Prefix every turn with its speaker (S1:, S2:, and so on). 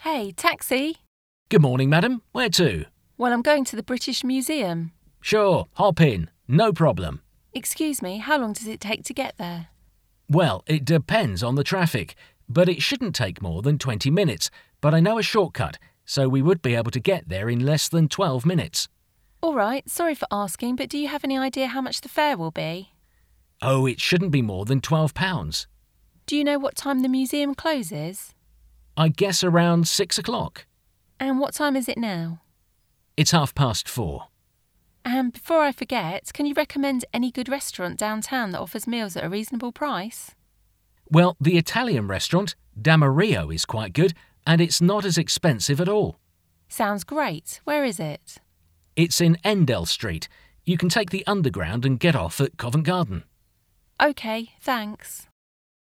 S1: Hey, taxi.
S2: Good morning, madam. Where to?
S1: Well, I'm going to the British Museum.
S2: Sure, hop in. No problem.
S1: Excuse me, how long does it take to get there?
S2: Well, it depends on the traffic, but it shouldn't take more than 20 minutes. But I know a shortcut, so we would be able to get there in less than 12 minutes.
S1: All right, sorry for asking, but do you have any idea how much the fare will be?
S2: Oh, it shouldn't be more than £12.
S1: Do you know what time the museum closes?
S2: I guess around 6 o'clock.
S1: And what time is it now?
S2: It's half past four.
S1: And before I forget, can you recommend any good restaurant downtown that offers meals at a reasonable price?
S2: Well, the Italian restaurant, Damario, is quite good, and it's not as expensive at all.
S1: Sounds great. Where is it?
S2: It's in Endell Street. You can take the underground and get off at Covent Garden.
S1: OK, thanks.